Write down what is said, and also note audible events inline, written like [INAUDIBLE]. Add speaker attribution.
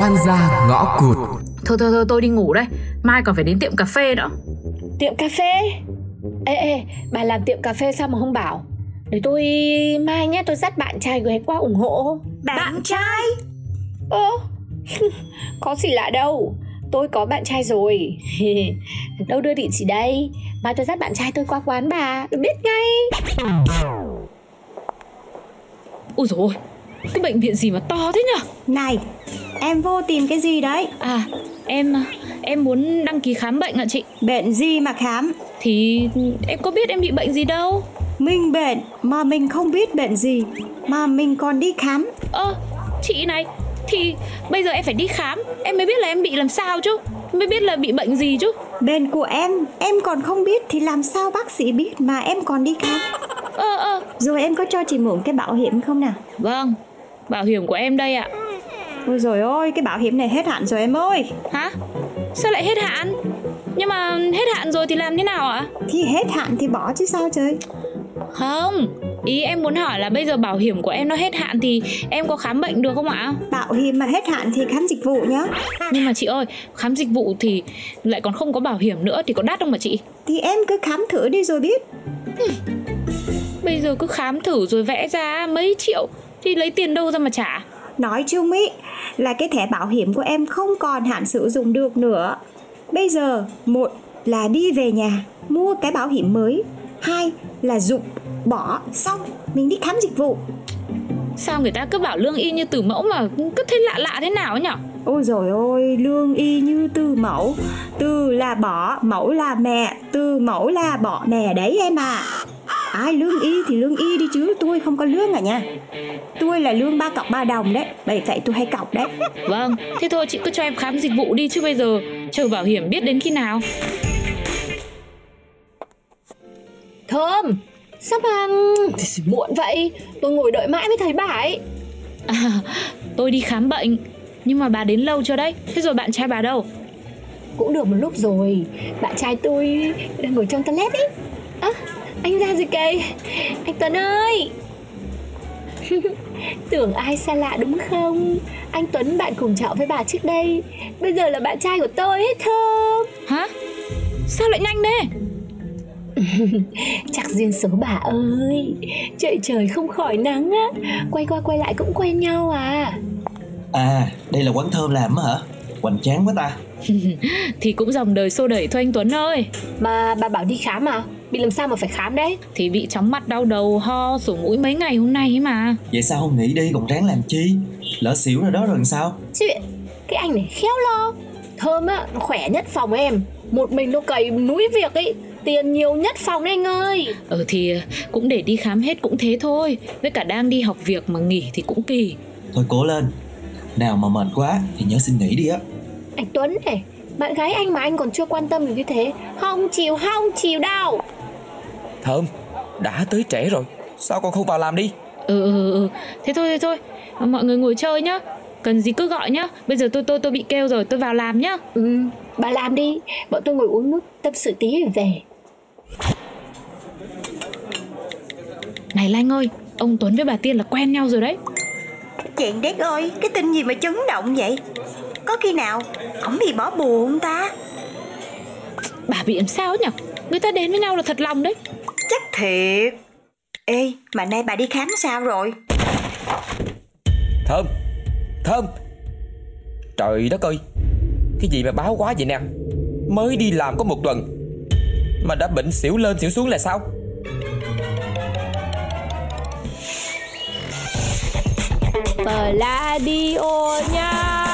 Speaker 1: Oan gia ngõ cụt
Speaker 2: Thôi thôi thôi tôi đi ngủ đây Mai còn phải đến tiệm cà phê nữa
Speaker 3: Tiệm cà phê Ê ê bà làm tiệm cà phê sao mà không bảo Để tôi mai nhé tôi dắt bạn trai ghé qua ủng hộ
Speaker 4: Bạn trai
Speaker 3: Ơ Có gì lạ đâu Tôi có bạn trai rồi [LAUGHS] Đâu đưa địa chỉ đây Mai tôi dắt bạn trai tôi qua quán bà Tôi biết ngay
Speaker 2: Ôi dồi ôi Cái bệnh viện gì mà to thế nhở
Speaker 4: Này Em vô tìm cái gì đấy
Speaker 2: À em em muốn đăng ký khám bệnh ạ chị
Speaker 4: Bệnh gì mà khám
Speaker 2: Thì em có biết em bị bệnh gì đâu
Speaker 4: Mình bệnh mà mình không biết bệnh gì Mà mình còn đi khám
Speaker 2: Ơ chị này Thì bây giờ em phải đi khám Em mới biết là em bị làm sao chứ Mới biết là bị bệnh gì chứ
Speaker 4: Bệnh của em Em còn không biết thì làm sao bác sĩ biết Mà em còn đi khám
Speaker 2: Ơ ơ
Speaker 4: Rồi em có cho chị mượn cái bảo hiểm không nào
Speaker 2: Vâng Bảo hiểm của em đây ạ
Speaker 4: Ôi rồi ôi cái bảo hiểm này hết hạn rồi em ơi
Speaker 2: Hả Sao lại hết hạn Nhưng mà hết hạn rồi thì làm thế nào ạ
Speaker 4: Thì hết hạn thì bỏ chứ sao trời
Speaker 2: Không Ý em muốn hỏi là bây giờ bảo hiểm của em nó hết hạn Thì em có khám bệnh được không ạ
Speaker 4: Bảo hiểm mà hết hạn thì khám dịch vụ nhá
Speaker 2: Nhưng mà chị ơi Khám dịch vụ thì lại còn không có bảo hiểm nữa Thì có đắt không mà chị
Speaker 4: Thì em cứ khám thử đi rồi biết
Speaker 2: Bây giờ cứ khám thử rồi vẽ ra mấy triệu Thì lấy tiền đâu ra mà trả
Speaker 4: Nói chung ý là cái thẻ bảo hiểm của em không còn hạn sử dụng được nữa. Bây giờ, một là đi về nhà mua cái bảo hiểm mới, hai là dục bỏ xong mình đi khám dịch vụ.
Speaker 2: Sao người ta cứ bảo lương y như từ mẫu mà cứ thấy lạ lạ thế nào ấy nhở
Speaker 4: Ôi rồi ôi, lương y như từ mẫu, từ là bỏ, mẫu là mẹ, từ mẫu là bỏ mẹ đấy em à. Ai lương y thì lương y đi chứ, tôi không có lương à nha. Tôi là lương ba cọc ba đồng đấy, bởi vậy tôi hay cọc đấy.
Speaker 2: Vâng, thế thôi chị cứ cho em khám dịch vụ đi chứ bây giờ chờ bảo hiểm biết đến khi nào.
Speaker 3: Thơm Sao mà muộn vậy Tôi ngồi đợi mãi mới thấy bà ấy
Speaker 2: À, tôi đi khám bệnh, nhưng mà bà đến lâu chưa đấy? Thế rồi bạn trai bà đâu?
Speaker 3: Cũng được một lúc rồi Bạn trai tôi đang ngồi trong toilet ấy à, Anh ra rồi kìa Anh Tuấn ơi [LAUGHS] Tưởng ai xa lạ đúng không Anh Tuấn bạn cùng trọ với bà trước đây Bây giờ là bạn trai của tôi ấy Thơm
Speaker 2: Hả? Sao lại nhanh thế?
Speaker 3: Chắc duyên số bà ơi Trời trời không khỏi nắng á Quay qua quay lại cũng quen nhau à
Speaker 5: À, đây là quán thơm làm á hả? Hoành tráng quá ta
Speaker 2: Thì cũng dòng đời xô đẩy thôi anh Tuấn ơi.
Speaker 3: Mà bà bảo đi khám à Bị làm sao mà phải khám đấy
Speaker 2: Thì bị chóng mặt đau đầu, ho, sổ mũi mấy ngày hôm nay ấy mà.
Speaker 5: Vậy sao không nghỉ đi còn ráng làm chi? Lỡ xỉu rồi đó rồi làm sao?
Speaker 3: Chuyện cái anh này khéo lo Thơm á, nó khỏe nhất phòng em Một mình nó cày núi việc ấy Tiền nhiều nhất phòng đấy anh ơi
Speaker 2: Ờ thì cũng để đi khám hết cũng thế thôi. Với cả đang đi học việc mà nghỉ thì cũng kỳ.
Speaker 5: Thôi cố lên Nào mà mệt quá thì nhớ xin nghỉ đi á
Speaker 3: Anh Tuấn này Bạn gái anh mà anh còn chưa quan tâm được như thế Không chịu, không chịu đâu
Speaker 6: Thơm, đã tới trễ rồi Sao con không vào làm đi
Speaker 2: Ừ, ừ, ừ. thế thôi thế thôi mọi người ngồi chơi nhá cần gì cứ gọi nhá bây giờ tôi tôi tôi bị kêu rồi tôi vào làm nhá
Speaker 3: Ừ, bà làm đi Bọn tôi ngồi uống nước tâm sự tí rồi về
Speaker 2: này lanh ơi ông tuấn với bà tiên là quen nhau rồi đấy
Speaker 4: Chuyện đét ơi, cái tin gì mà chấn động vậy? Có khi nào ổng bị bỏ bùa không ta?
Speaker 2: bà bị làm sao ấy nhở người ta đến với nhau là thật lòng đấy
Speaker 4: Chắc thiệt. Ê, mà nay bà đi khám sao rồi?
Speaker 6: Thơm, Thơm Trời đất ơi Cái gì mà báo quá vậy nè Mới đi làm có một tuần Mà đã bệnh xỉu lên xỉu xuống là sao
Speaker 3: Tờ la đi ô nha